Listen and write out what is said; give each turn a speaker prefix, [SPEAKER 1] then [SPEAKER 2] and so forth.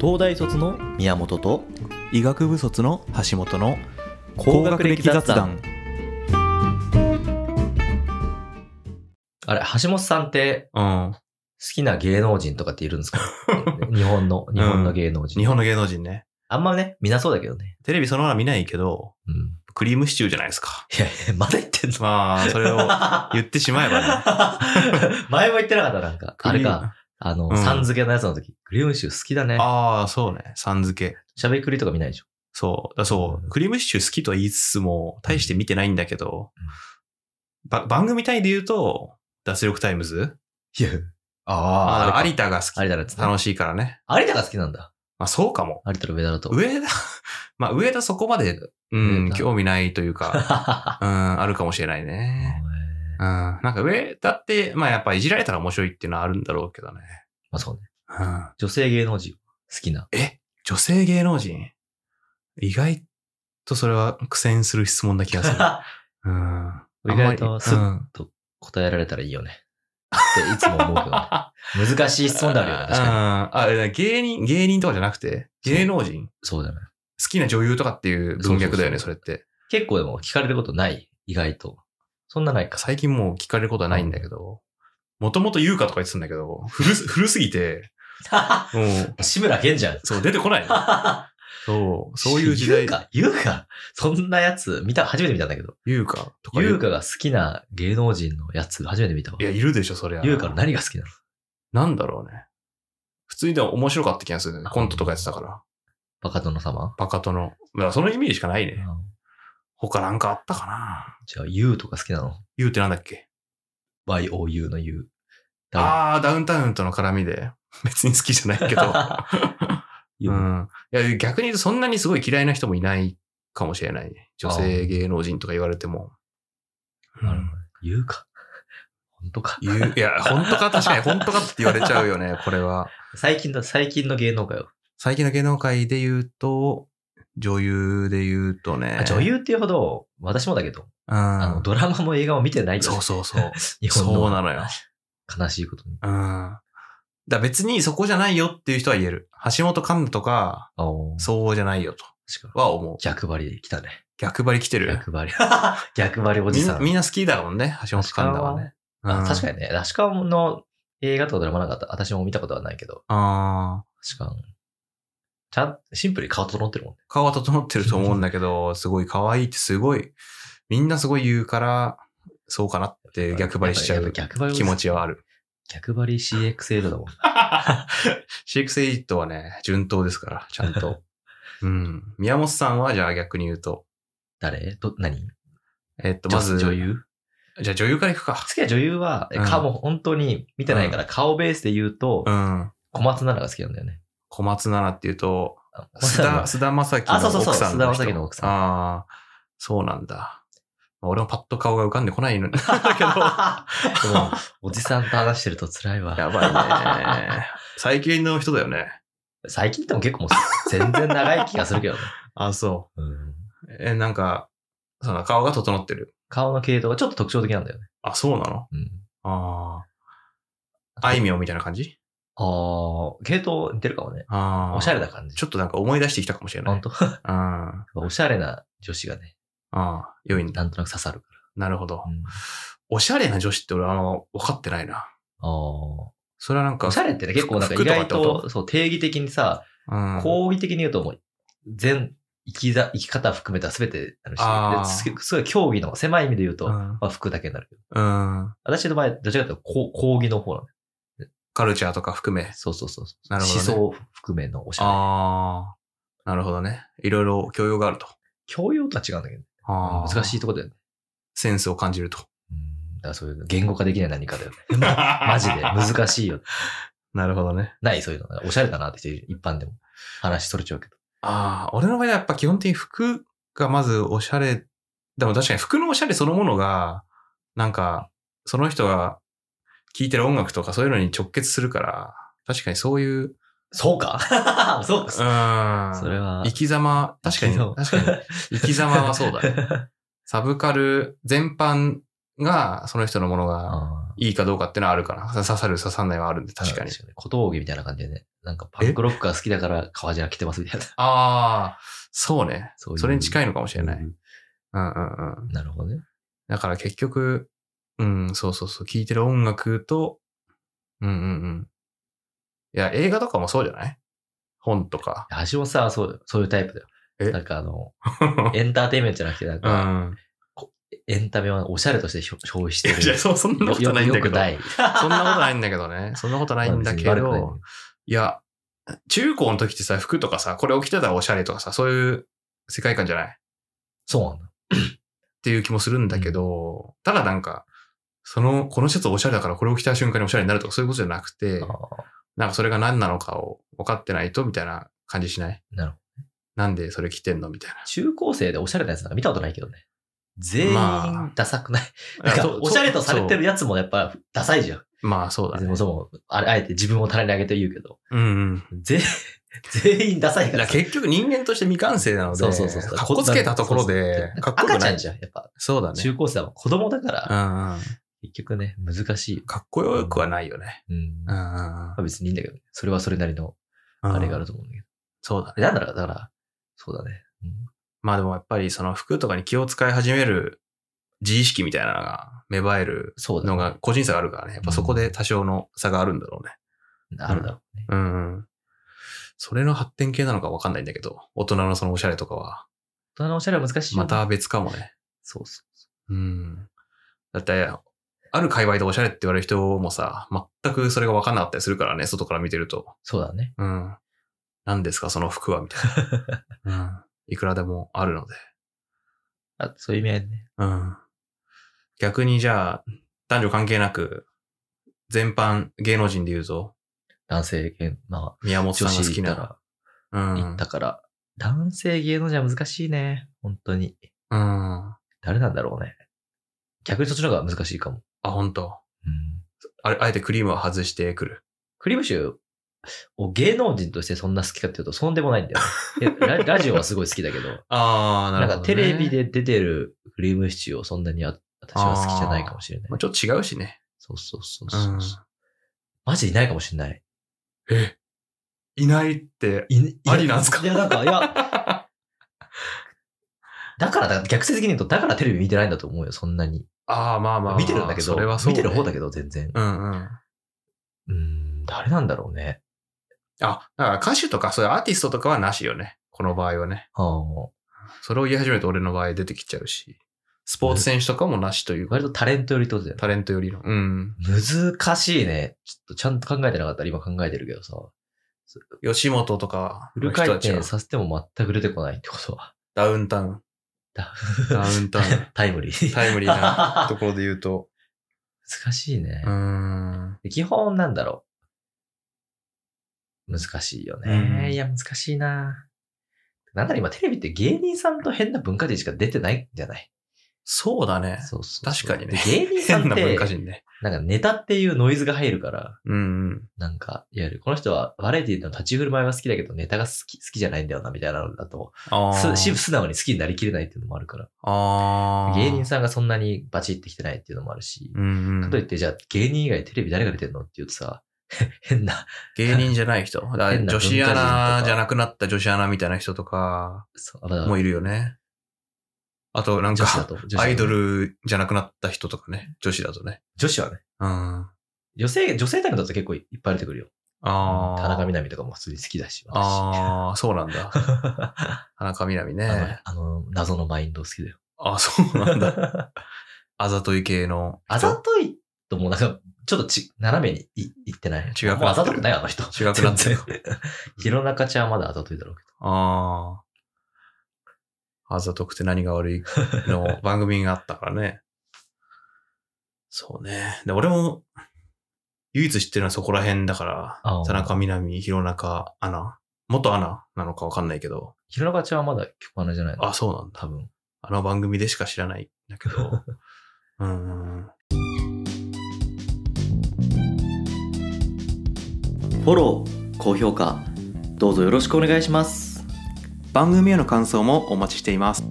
[SPEAKER 1] 東大卒の宮本と
[SPEAKER 2] 医学部卒の橋本の
[SPEAKER 1] 高学歴雑談あれ橋本さんって
[SPEAKER 2] うん
[SPEAKER 1] 好きな芸能人とかっているんです か日本の日本の芸能人、
[SPEAKER 2] 日本の芸能人ね
[SPEAKER 1] あんまね見なそうだけどね
[SPEAKER 2] テレビそのまま見ないけど
[SPEAKER 1] うん
[SPEAKER 2] クリームシチューじゃないですか
[SPEAKER 1] いやいやまだ言ってんの
[SPEAKER 2] まあそ れを言ってしまえばね
[SPEAKER 1] 前も言ってなかったなんかあれかあの、
[SPEAKER 2] うん
[SPEAKER 1] さん付けのやつの時クリームシチュー好きだね
[SPEAKER 2] ああそうねさん付け
[SPEAKER 1] しゃべくりとか見ないでしょ
[SPEAKER 2] そうだそう、クリームシチュー好きとは言いつつも大して見てないんだけど
[SPEAKER 1] うん、
[SPEAKER 2] ば番組単位で言うと脱力タイムズ
[SPEAKER 1] いやあ
[SPEAKER 2] ま
[SPEAKER 1] あ
[SPEAKER 2] あ
[SPEAKER 1] れ
[SPEAKER 2] 有田が好
[SPEAKER 1] か
[SPEAKER 2] き
[SPEAKER 1] 有田だっつって
[SPEAKER 2] 楽しいからね
[SPEAKER 1] 有田が好きなんだ
[SPEAKER 2] まあそうかも
[SPEAKER 1] 有田と上田だ と
[SPEAKER 2] 上田、 まあ上田そこまで、うん
[SPEAKER 1] 上、田
[SPEAKER 2] 興味ないというか、
[SPEAKER 1] は
[SPEAKER 2] うん、あるかもしれないね。うん、なんか上田って、まあやっぱいじられたら面白いっていうのはあるんだろうけどね。
[SPEAKER 1] まあそうね。
[SPEAKER 2] うん、
[SPEAKER 1] 女性芸能人好きな。
[SPEAKER 2] え、女性芸能人意外とそれは苦戦する質問な気が する。うん、
[SPEAKER 1] 意外とすっ
[SPEAKER 2] あんま
[SPEAKER 1] 答えられたらいいよね。っていつも思うけどね。難しい
[SPEAKER 2] り
[SPEAKER 1] 質問であるよね。確かに。
[SPEAKER 2] うんあ、芸人、芸人とかじゃなくて、芸能人
[SPEAKER 1] そうだね。
[SPEAKER 2] 好きな女優とかっていう文脈だよね、それって。
[SPEAKER 1] 結構でも聞かれることない。意外と。そんなないか。
[SPEAKER 2] 最近もう聞かれることはないんだけど、もともと優香とか言ってたんだけど、古す、古すぎて、もう、
[SPEAKER 1] 志村けんじゃん。
[SPEAKER 2] そう、出てこないの。そう、 そういう時代
[SPEAKER 1] 言う、か、言うか。そんなやつ、見た、初めて見たんだけど。
[SPEAKER 2] 優香とか。
[SPEAKER 1] ゆうかが好きな芸能人のやつ、初めて見たわ
[SPEAKER 2] い。や、いるでしょ、そりゃ。
[SPEAKER 1] ゆうかの何が好きなの
[SPEAKER 2] なんだろうね。普通にでも面白かった気がするね。コントとかやってたから。
[SPEAKER 1] バカ殿様
[SPEAKER 2] バカとの。まあ、そのイメージしかないね。
[SPEAKER 1] うん
[SPEAKER 2] 他なんかあったかな
[SPEAKER 1] じゃあ、ゆうとか好きなの
[SPEAKER 2] 優ってなんだっけ
[SPEAKER 1] ?YOU のゆう。
[SPEAKER 2] あー、ダウンタウンとの絡みで。別に好きじゃ ない けど。
[SPEAKER 1] ゆ
[SPEAKER 2] う。
[SPEAKER 1] うん
[SPEAKER 2] いや、逆に言うとそんなにすごい嫌いな人もいないかもしれないね。女性芸能人とか言われても。う
[SPEAKER 1] なるほ
[SPEAKER 2] ん
[SPEAKER 1] ど。言うか。本当か。
[SPEAKER 2] 言ういや、本当か確かに本当かって言われちゃうよね、これは。
[SPEAKER 1] 最近だ、最近の芸能界を。
[SPEAKER 2] 最近の芸能界で言うと、女優で言うとね
[SPEAKER 1] あ。女優っていうほど、私もだけど、
[SPEAKER 2] うん。
[SPEAKER 1] あの、ドラマも映画も見てないと
[SPEAKER 2] そうそうそう。
[SPEAKER 1] 日本の。
[SPEAKER 2] そうなのよ。
[SPEAKER 1] 悲しいことに。
[SPEAKER 2] うん。だ別にそこじゃないよっていう人は言える。橋本環奈とか、
[SPEAKER 1] あお
[SPEAKER 2] そうじゃないよと
[SPEAKER 1] 確かに。
[SPEAKER 2] は思う。
[SPEAKER 1] 逆張りで来たね。
[SPEAKER 2] 逆張り来てる。
[SPEAKER 1] 逆張り。 逆張りおじ
[SPEAKER 2] みん
[SPEAKER 1] さ。
[SPEAKER 2] なんみんな好きだもんね、橋本環奈はね。
[SPEAKER 1] あ確か
[SPEAKER 2] に。
[SPEAKER 1] にね、ラシカンの映画とかドラマなかった。私も見たことはないけど、
[SPEAKER 2] あー
[SPEAKER 1] 確かに。ちゃん、シンプルに顔整ってるもんね。
[SPEAKER 2] 顔は整ってると思うんだけど、すごい可愛いってすごい、みんなすごい言うから、そうかなって逆張りしちゃ
[SPEAKER 1] やっ
[SPEAKER 2] う
[SPEAKER 1] ぱ逆張りおじ
[SPEAKER 2] 気
[SPEAKER 1] さん
[SPEAKER 2] 持ちはある。
[SPEAKER 1] 逆張り CX8 だもん。
[SPEAKER 2] シェイクセイトはね、順当ですから、ちゃん と。うん。宮本さんは、じゃあ逆に言うと。
[SPEAKER 1] 誰ど、何
[SPEAKER 2] えっと、まず、
[SPEAKER 1] 女優
[SPEAKER 2] じゃあ女優から行くか
[SPEAKER 1] 好。きな女優は、え
[SPEAKER 2] うん
[SPEAKER 1] 顔も本当に見てないから、顔ベースで言うと、
[SPEAKER 2] うん。
[SPEAKER 1] 小松菜奈が好きなんだよね。
[SPEAKER 2] 小松菜奈っていうと、
[SPEAKER 1] あ小松
[SPEAKER 2] 須
[SPEAKER 1] 菜
[SPEAKER 2] 田、
[SPEAKER 1] 奈
[SPEAKER 2] 須田まさきの
[SPEAKER 1] あ
[SPEAKER 2] 奥
[SPEAKER 1] そうそうそう
[SPEAKER 2] さん
[SPEAKER 1] 菅
[SPEAKER 2] の人。
[SPEAKER 1] 田将暉の奥さん
[SPEAKER 2] ああ、そうなんだ。まあ俺もパッと顔が浮かんでこない のだ けど、
[SPEAKER 1] は でもおじさんと話してると辛いわ。
[SPEAKER 2] やばいね。最近の人だよね。
[SPEAKER 1] 最近でも結構もう全然長い気がする けどね。
[SPEAKER 2] あ、そ
[SPEAKER 1] うん
[SPEAKER 2] う。え、なんか、その顔が整ってる。
[SPEAKER 1] 顔の系統がちょっと特徴的なんだよね。
[SPEAKER 2] あ、そうなの
[SPEAKER 1] うん、
[SPEAKER 2] ああ。あいみょんみたいな感じ
[SPEAKER 1] あー系統似てるかもね。
[SPEAKER 2] ああ。
[SPEAKER 1] おしゃれな感じ。
[SPEAKER 2] ちょっとなんか思い出してきたかもしれ
[SPEAKER 1] 本
[SPEAKER 2] ない。うん。
[SPEAKER 1] 当
[SPEAKER 2] あ
[SPEAKER 1] おしゃれな女子がね、
[SPEAKER 2] あ、良いんだ。
[SPEAKER 1] なんとなく刺さるか
[SPEAKER 2] なるほど
[SPEAKER 1] ら。。うん
[SPEAKER 2] おしゃれな女子って俺はあんま分かってないな。
[SPEAKER 1] あーお
[SPEAKER 2] それはなんか、
[SPEAKER 1] しゃれってね、結構なんか意
[SPEAKER 2] 服とかっ
[SPEAKER 1] 外
[SPEAKER 2] てこと
[SPEAKER 1] と、そう、定義的にさ、
[SPEAKER 2] うん、
[SPEAKER 1] 講義的に言うともう、全、生きざ、生き方含めた全てある
[SPEAKER 2] あ
[SPEAKER 1] し、
[SPEAKER 2] ー
[SPEAKER 1] ですごい競技の狭い意味で言うと、
[SPEAKER 2] うん
[SPEAKER 1] まあ服だけになるけど。
[SPEAKER 2] うん。
[SPEAKER 1] 私の場合、どちらかというとこう、講義の方なの。
[SPEAKER 2] カルチャーとか含め。
[SPEAKER 1] そうそうそうそう。
[SPEAKER 2] なるほどね
[SPEAKER 1] 思想含めのおしゃれ。
[SPEAKER 2] ああ。なるほどね。いろいろ教養があると。
[SPEAKER 1] 教養とは違うんだけど、難
[SPEAKER 2] 難
[SPEAKER 1] し
[SPEAKER 2] しい。
[SPEAKER 1] いとこだよね。
[SPEAKER 2] センスを感じると。
[SPEAKER 1] うん。だからそういうの言語化できない何かだよね。 マジで難しいよ。
[SPEAKER 2] なるほどね。
[SPEAKER 1] ない、そういうの。おしゃれだなって人いる一般でも。話それちゃうけど。
[SPEAKER 2] ああ、俺の場合はやっぱ基本的に服がまずおしゃれ。でも確かに服のおしゃれそのものが、なんか、その人が聴いてる音楽とかそういうのに直結するから、確かにそういう、うん。
[SPEAKER 1] そうか そうか。そ
[SPEAKER 2] そ
[SPEAKER 1] れは
[SPEAKER 2] 生き様、 確かに、確かに、生き様はそうだね。サブカル全般が、その人のものが
[SPEAKER 1] あ
[SPEAKER 2] いいかどうかってのはあるから、刺さる刺さんないはあるんで、
[SPEAKER 1] ー
[SPEAKER 2] 確かに。
[SPEAKER 1] そうですよね小峠みたいな感じでね。なんかパンクロックが好きだから革ジャン着てますみ たいな。
[SPEAKER 2] ああ、そうね
[SPEAKER 1] そういう
[SPEAKER 2] それに近いのかもしれない。
[SPEAKER 1] う
[SPEAKER 2] うん
[SPEAKER 1] ん
[SPEAKER 2] うんうん。
[SPEAKER 1] なるほどね。
[SPEAKER 2] だから結局、うん、そうそうそう、聴いてる音楽と、うんうんうん。いや、映画とかもそうじゃない本 とか。
[SPEAKER 1] 橋本さんはそうだよそういうタイプだよ。
[SPEAKER 2] え
[SPEAKER 1] なんかあの、
[SPEAKER 2] う
[SPEAKER 1] エンターテインメントじゃなくて、なんか、
[SPEAKER 2] ん。
[SPEAKER 1] エンタメはおしゃれとしてひょ消費して
[SPEAKER 2] いや、
[SPEAKER 1] る。
[SPEAKER 2] そう、そんなことないんだ
[SPEAKER 1] よ
[SPEAKER 2] け
[SPEAKER 1] く
[SPEAKER 2] ど。
[SPEAKER 1] ない。
[SPEAKER 2] そんなことないんだけどね。そんなことないんだけ
[SPEAKER 1] まあ別に悪くないね
[SPEAKER 2] ど、いや、中高の時ってさ、服とかさ、これを着てたらおしゃれとかさ、そういう世界観じゃないっ
[SPEAKER 1] そうなんだ。
[SPEAKER 2] ていう気もするんだけど、ただなんか、その、このシャツおしゃれだからこれを着た瞬間におしゃれになるとかそういうことじゃなくて、
[SPEAKER 1] あ
[SPEAKER 2] なんかそれが何なのかを分かってないとみたいな感じしない
[SPEAKER 1] ーなるほ
[SPEAKER 2] なんでそれ着てんのみたい
[SPEAKER 1] ど。中高生でおしゃれなやつなんか見たことないけどね。全
[SPEAKER 2] ま
[SPEAKER 1] 員ダサくない。
[SPEAKER 2] な。
[SPEAKER 1] なんか
[SPEAKER 2] そう
[SPEAKER 1] おしゃれとされてるやつもやっぱダサいじゃん。
[SPEAKER 2] そうまあそうだ
[SPEAKER 1] で
[SPEAKER 2] ね。
[SPEAKER 1] もそも、あれあえて自分を棚に上げて言うけど。
[SPEAKER 2] うんうん。
[SPEAKER 1] 全 全員ダサいか
[SPEAKER 2] だからら
[SPEAKER 1] さ。
[SPEAKER 2] 結局人間として未完成なので、
[SPEAKER 1] そうそうそうそう。
[SPEAKER 2] かっこつけたところで、かっこよく
[SPEAKER 1] 赤ち
[SPEAKER 2] な
[SPEAKER 1] ゃ
[SPEAKER 2] い
[SPEAKER 1] ん。じゃん。やっぱ、
[SPEAKER 2] そうだね。
[SPEAKER 1] 中高生は子供だから、
[SPEAKER 2] うんうん。
[SPEAKER 1] 結局ね、難しい。
[SPEAKER 2] かっこよくはないよね。
[SPEAKER 1] うん。
[SPEAKER 2] うん
[SPEAKER 1] ま
[SPEAKER 2] うん
[SPEAKER 1] あ別にいいんだけどね、それはそれなりの
[SPEAKER 2] うん。
[SPEAKER 1] あれがあると思うんだけど。
[SPEAKER 2] そうだね。
[SPEAKER 1] でなんだろう、だから、そうだね。
[SPEAKER 2] まあでもやっぱりその服とかに気を使い始める自意識みたいなのが芽生える
[SPEAKER 1] そうだね
[SPEAKER 2] のが個人差があるからね。やっぱそこで多少の差があるんだろうね。
[SPEAKER 1] うんあるだろうね。
[SPEAKER 2] うんうん。それの発展系なのかわかんないんだけど、大人のそのおしゃれとかは、
[SPEAKER 1] 大人のおしゃれは難しいよ
[SPEAKER 2] ま
[SPEAKER 1] ね。
[SPEAKER 2] た別かもね。
[SPEAKER 1] そうそ
[SPEAKER 2] うん。だって、ある界隈でおしゃれって言われる人もさ、全くそれがわかんなかったりするからね、外から見てると。
[SPEAKER 1] う。そうだね。
[SPEAKER 2] うん。何ですか、その服は、みたい な。うん。いくらでもあるので。
[SPEAKER 1] あそういう意味合いでね。
[SPEAKER 2] うん。逆にじゃあ、男女関係なく、全般芸能人で言うと、
[SPEAKER 1] 男性系、ま
[SPEAKER 2] 宮
[SPEAKER 1] あ、
[SPEAKER 2] 本さ
[SPEAKER 1] 女
[SPEAKER 2] んが好
[SPEAKER 1] 子
[SPEAKER 2] き
[SPEAKER 1] いた
[SPEAKER 2] な。
[SPEAKER 1] ら、
[SPEAKER 2] う
[SPEAKER 1] 行
[SPEAKER 2] ん
[SPEAKER 1] っ。たから、男性芸能人は難しいね。本当に。
[SPEAKER 2] うん。あ、
[SPEAKER 1] 誰なんだろうね。逆にそっちの方が難しいかも。
[SPEAKER 2] 本当。
[SPEAKER 1] うん。
[SPEAKER 2] あれ、あえてクリームは外してくる。
[SPEAKER 1] クリームシューを芸能人としてそんな好きかっていうと、そんでもないんだよね。 でララジオはすごい好きだけど、
[SPEAKER 2] ああ、
[SPEAKER 1] な
[SPEAKER 2] なる
[SPEAKER 1] ん
[SPEAKER 2] ほど、
[SPEAKER 1] かテレビ。で出てるクリームシチューをそんなにあ私は好きじゃないかもしれない
[SPEAKER 2] まあ、。ちょっと違うしね。
[SPEAKER 1] そうそうそう
[SPEAKER 2] う
[SPEAKER 1] そう、
[SPEAKER 2] ん。
[SPEAKER 1] マジでいないかもしれない。
[SPEAKER 2] え、いないって。
[SPEAKER 1] いい
[SPEAKER 2] ありなんすか
[SPEAKER 1] いや、なんか、いや。 だから、だから逆説的に言うと、だからテレビ見てないんだと思うよ、そんなに。
[SPEAKER 2] ああ、まあまあまあ。
[SPEAKER 1] 見てるんだけど、
[SPEAKER 2] それはそう、
[SPEAKER 1] 見てる方だ
[SPEAKER 2] け
[SPEAKER 1] けど、全然。
[SPEAKER 2] ど。うんうん。
[SPEAKER 1] うん、誰なんだろうね。
[SPEAKER 2] あ、だから歌手とか、そういうアーティストとかはなしよね。この場合はね。
[SPEAKER 1] あー
[SPEAKER 2] それを言い始めると俺の場合出てきちゃうし。スポーツ選手とかもなしというか、
[SPEAKER 1] 割とタレントよりってことだよね
[SPEAKER 2] タレントよりの。うん。
[SPEAKER 1] 難しいね。ちょっとちゃんと考えてなかったら今考えてるけどさ。
[SPEAKER 2] 吉本とか
[SPEAKER 1] フ
[SPEAKER 2] の
[SPEAKER 1] ル
[SPEAKER 2] 人
[SPEAKER 1] 回
[SPEAKER 2] たち
[SPEAKER 1] 転
[SPEAKER 2] は、
[SPEAKER 1] させても全く出てこないってことは。
[SPEAKER 2] ダウンタウン。
[SPEAKER 1] ダ
[SPEAKER 2] ダウンタ ウン。
[SPEAKER 1] タイムリー。
[SPEAKER 2] タイムリーなところで言う と。
[SPEAKER 1] 難しいね
[SPEAKER 2] うー。ん。
[SPEAKER 1] 基本なんだろう。難しいよ
[SPEAKER 2] う
[SPEAKER 1] ね。
[SPEAKER 2] ん
[SPEAKER 1] いや、難しいな。なんだろう今テレビって芸人さんと変な文化人しか出てないんじゃない
[SPEAKER 2] そうだね。
[SPEAKER 1] そうそうそう。
[SPEAKER 2] 確かにね
[SPEAKER 1] で芸人さん
[SPEAKER 2] 変
[SPEAKER 1] っ
[SPEAKER 2] な文化
[SPEAKER 1] て、
[SPEAKER 2] 人ね。
[SPEAKER 1] なんかネタっていうノイズが入るから、
[SPEAKER 2] うんうん。
[SPEAKER 1] なんか、いわゆるこの人はバラエティの立ち振る舞いは好きだけどネタが好き、好きじゃないんだよな、みたいなのだと、
[SPEAKER 2] あ
[SPEAKER 1] す
[SPEAKER 2] あ。
[SPEAKER 1] し素直に好きになりきれないっていうのもあるから。
[SPEAKER 2] ああ。
[SPEAKER 1] 芸人さんがそんなにバチってきてないっていうのもあるし。
[SPEAKER 2] うんう
[SPEAKER 1] か
[SPEAKER 2] ん
[SPEAKER 1] といって、じゃあ芸人以外テレビ誰が出てんのって言うとさ、 変な、
[SPEAKER 2] 芸人じゃな い人。だから
[SPEAKER 1] 変な
[SPEAKER 2] 女
[SPEAKER 1] 文化人
[SPEAKER 2] 子
[SPEAKER 1] とか
[SPEAKER 2] アナじゃなくなった女子アナみたいな人とか
[SPEAKER 1] そうあの
[SPEAKER 2] もいるよね。あと、なん
[SPEAKER 1] 女子だ
[SPEAKER 2] か、
[SPEAKER 1] と。女子だと
[SPEAKER 2] アイド。ルじゃなくなった人とかね。女子だとね。
[SPEAKER 1] 女子はね。
[SPEAKER 2] うん。あ
[SPEAKER 1] 女性、女性タレントだと結構いっぱい出てくるよ。
[SPEAKER 2] あ。
[SPEAKER 1] 田中みな実とかも普通に好きだし。私
[SPEAKER 2] ああ、そうなんだ。 田中みな実ね。
[SPEAKER 1] あの、あの謎のマインド好きだよ。
[SPEAKER 2] あそう なんだ。あざとい系の人。
[SPEAKER 1] あざといともなんか、ちょっとち、斜めにいいってない。
[SPEAKER 2] 違う
[SPEAKER 1] もうあざとくない、あの人。
[SPEAKER 2] 違くなってる
[SPEAKER 1] 全然。 弘中ちゃんはまだあざといだろうけど。
[SPEAKER 2] ああ。あざとくて何が悪いの番組があったからね。そうね。で、俺も、唯一知ってるのはそこら辺だから
[SPEAKER 1] あ、ー
[SPEAKER 2] 田中みな実、弘中アナ、元アナなのかわかんないけど、
[SPEAKER 1] 弘中ちゃんはまだ曲穴じゃないの
[SPEAKER 2] あ、そうなんだ。
[SPEAKER 1] 多分。
[SPEAKER 2] あの番組でしか知らないんだ けど。うん。
[SPEAKER 1] フォロー、高評価、どうぞよろしくお願いします。
[SPEAKER 2] 番組への感想もお待ちしています。